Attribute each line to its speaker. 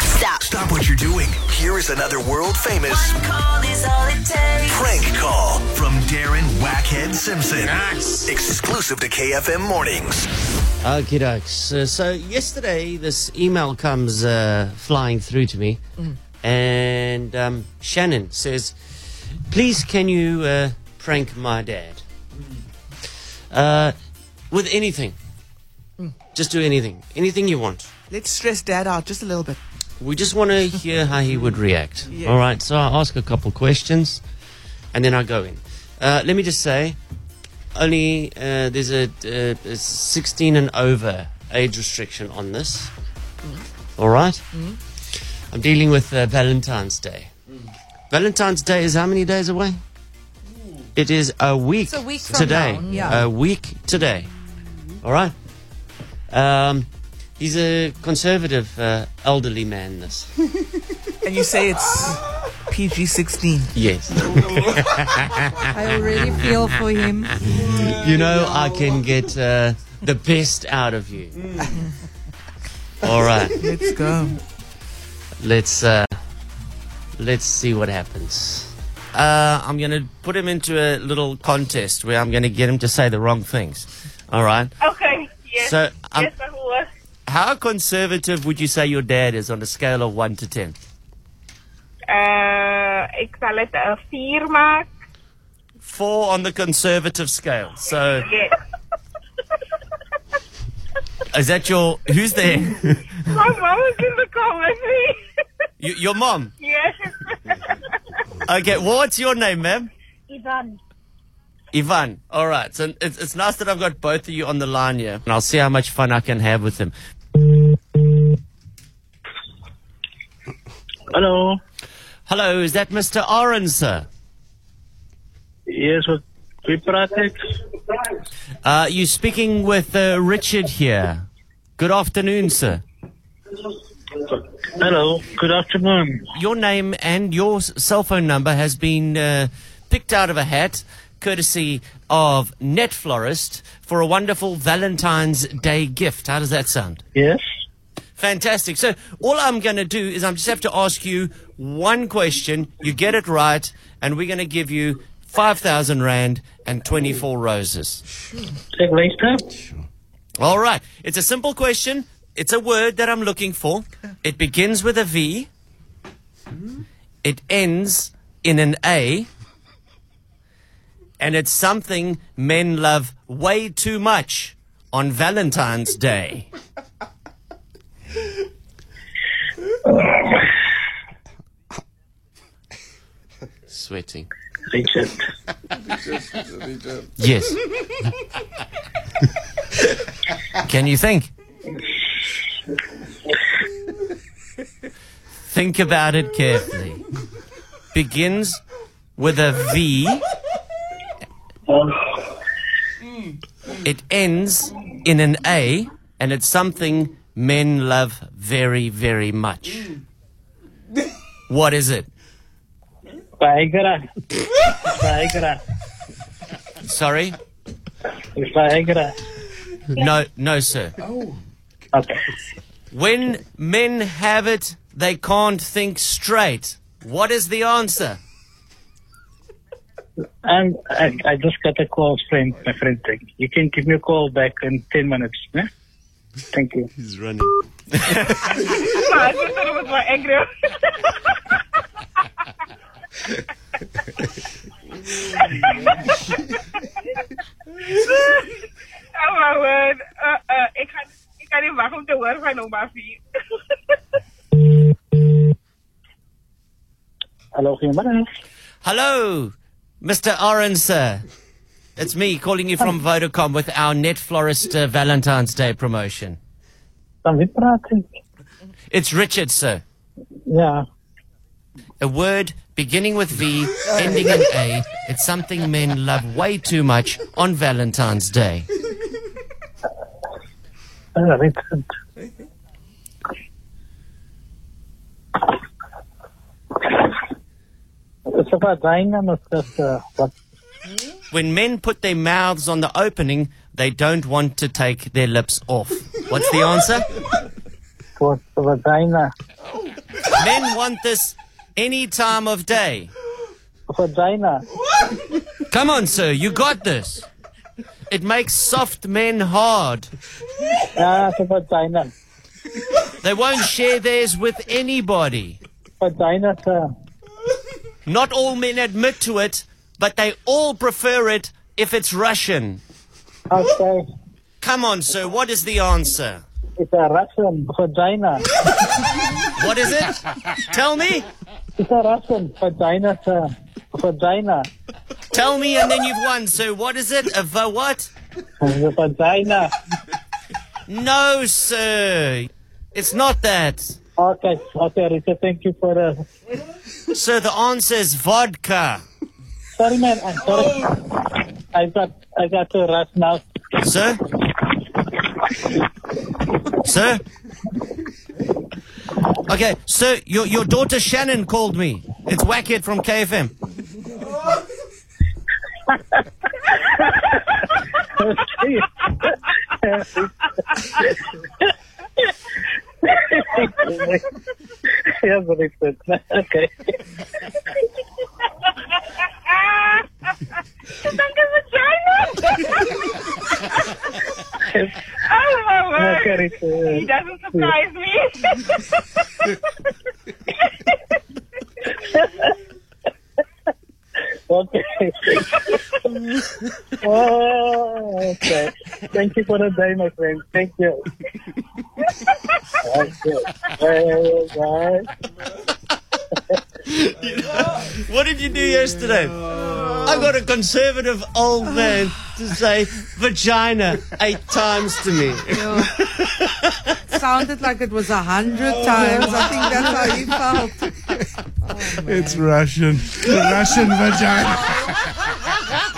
Speaker 1: stop.
Speaker 2: Stop what you're doing. Here is another world famous
Speaker 1: One call is all it takes.
Speaker 2: prank call from Darren Wackhead Simpson.
Speaker 3: Nice.
Speaker 2: Exclusive to KFM Mornings.
Speaker 4: Okie dokes. Uh, so yesterday, this email comes uh, flying through to me, and um, Shannon says, "Please, can you uh, prank my dad uh, with anything? Just do anything, anything you want.
Speaker 5: Let's stress dad out just a little bit.
Speaker 4: We just want to hear how he would react. All right. So I ask a couple questions, and then I go in. Uh, let me just say, only uh, there's a, uh, a 16 and over age restriction on this. All right?
Speaker 6: Mm-hmm.
Speaker 4: I'm dealing with uh, Valentine's Day.
Speaker 6: Mm.
Speaker 4: Valentine's Day is how many days away? It is a week,
Speaker 6: a week from
Speaker 4: today.
Speaker 6: now, yeah.
Speaker 4: A week today. All right. Um, he's a conservative uh, elderly man. This.
Speaker 5: And you say it's PG 16.
Speaker 4: Yes.
Speaker 6: I already feel for him.
Speaker 4: You know, I can get uh, the best out of you. All right,
Speaker 5: Let's go.
Speaker 4: let's uh, let's see what happens. Uh, I'm gonna put him into a little contest where I'm gonna get him to say the wrong things. All right.
Speaker 7: Okay, yes.
Speaker 4: So, um,
Speaker 7: yes, that will work.
Speaker 4: How conservative would you say your dad is on a scale of one to ten?
Speaker 7: Uh, ik zal het uh, vier maken.
Speaker 4: Four on the conservative scale. So
Speaker 7: Yes.
Speaker 4: is that your who's there?
Speaker 7: My mom was in the car with me.
Speaker 4: Y- your mom.
Speaker 7: yes.
Speaker 4: Okay. What's your name, ma'am?
Speaker 7: Ivan.
Speaker 4: Ivan, all right. So it's, it's nice that I've got both of you on the line here, and I'll see how much fun I can have with him.
Speaker 8: Hello.
Speaker 4: Hello, is that Mr. Oren, sir?
Speaker 8: Yes, with Vipratek.
Speaker 4: Uh, you speaking with uh, Richard here. Good afternoon, sir.
Speaker 8: Hello. Good afternoon.
Speaker 4: Your name and your s- cell phone number has been uh, picked out of a hat, courtesy of Net Florist, for a wonderful Valentine's Day gift. How does that sound?
Speaker 8: Yes.
Speaker 4: Fantastic. So all I'm going to do is I'm just have to ask you one question. You get it right, and we're going to give you five thousand rand and twenty four roses.
Speaker 8: Take later.
Speaker 4: All right. It's a simple question. It's a word that I'm looking for. It begins with a V. It ends in an A. And it's something men love way too much on Valentine's Day. Sweating.
Speaker 8: Richard.
Speaker 4: Yes. Can you think? Think about it carefully. Begins with a V. It ends in an A, and it's something men love very, very much. What is it?
Speaker 8: Viagra. Viagra.
Speaker 4: Sorry?
Speaker 8: Viagra.
Speaker 4: No, no, sir.
Speaker 8: Okay.
Speaker 4: When men have it, they can't think straight. What is the answer?
Speaker 8: And I, I just got a call, friend, my friend. Thing. You can give me a call back in 10 minutes. eh? Thank you.
Speaker 7: My sister was my angry. oh my word. Uh, uh, ik, ga, ik kan niet wachten om te horen van oma vier.
Speaker 8: Hello, goedemiddag.
Speaker 4: Hello, Mr. Oren, sir. It's me calling you from Vodacom with our Net Florist uh, Valentine's Day promotion.
Speaker 8: Dan wie praat ik?
Speaker 4: It's Richard, sir.
Speaker 8: Ja.
Speaker 4: A word beginning with V, ending in A. It's something men love way too much on Valentine's Day.
Speaker 8: Uh, Richard. It's a vagina, Mr. Uh, what?
Speaker 4: When men put their mouths on the opening, they don't want to take their lips off. What's the answer?
Speaker 8: What's the vagina?
Speaker 4: Men want this any time of day.
Speaker 8: Vagina.
Speaker 4: Come on, sir, you got this. It makes soft men hard.
Speaker 8: Ah, so vagina.
Speaker 4: They won't share theirs with anybody.
Speaker 8: Vagina, sir.
Speaker 4: Not all men admit to it, but they all prefer it if it's Russian.
Speaker 8: Okay.
Speaker 4: Come on, sir, what is the answer?
Speaker 8: It's a Russian vagina.
Speaker 4: What is it? Tell me.
Speaker 8: It's a Russian vagina, sir. Vagina.
Speaker 4: Tell me, and then you've won. So what is it? A va what?
Speaker 8: The vagina.
Speaker 4: No, sir. It's not that.
Speaker 8: Okay, okay, Richard, thank you for the.
Speaker 4: Sir, the answer is vodka.
Speaker 8: Sorry, man, I'm sorry. I got, I got to rush now.
Speaker 4: Sir? sir? Okay, sir, your, your daughter Shannon called me. It's Wackhead from KFM.
Speaker 8: yes, Richard. Okay.
Speaker 7: It's like a vagina. oh my word.
Speaker 8: Okay, uh, Richard.
Speaker 7: He doesn't surprise me.
Speaker 8: Okay. oh, okay. Thank you for the day, my friend. Thank you. okay. Well, guys.
Speaker 4: What did you do yesterday? I got a conservative old man to say vagina eight times to me.
Speaker 6: Sounded like it was a hundred times. I think that's how he felt.
Speaker 3: It's Russian. The Russian vagina.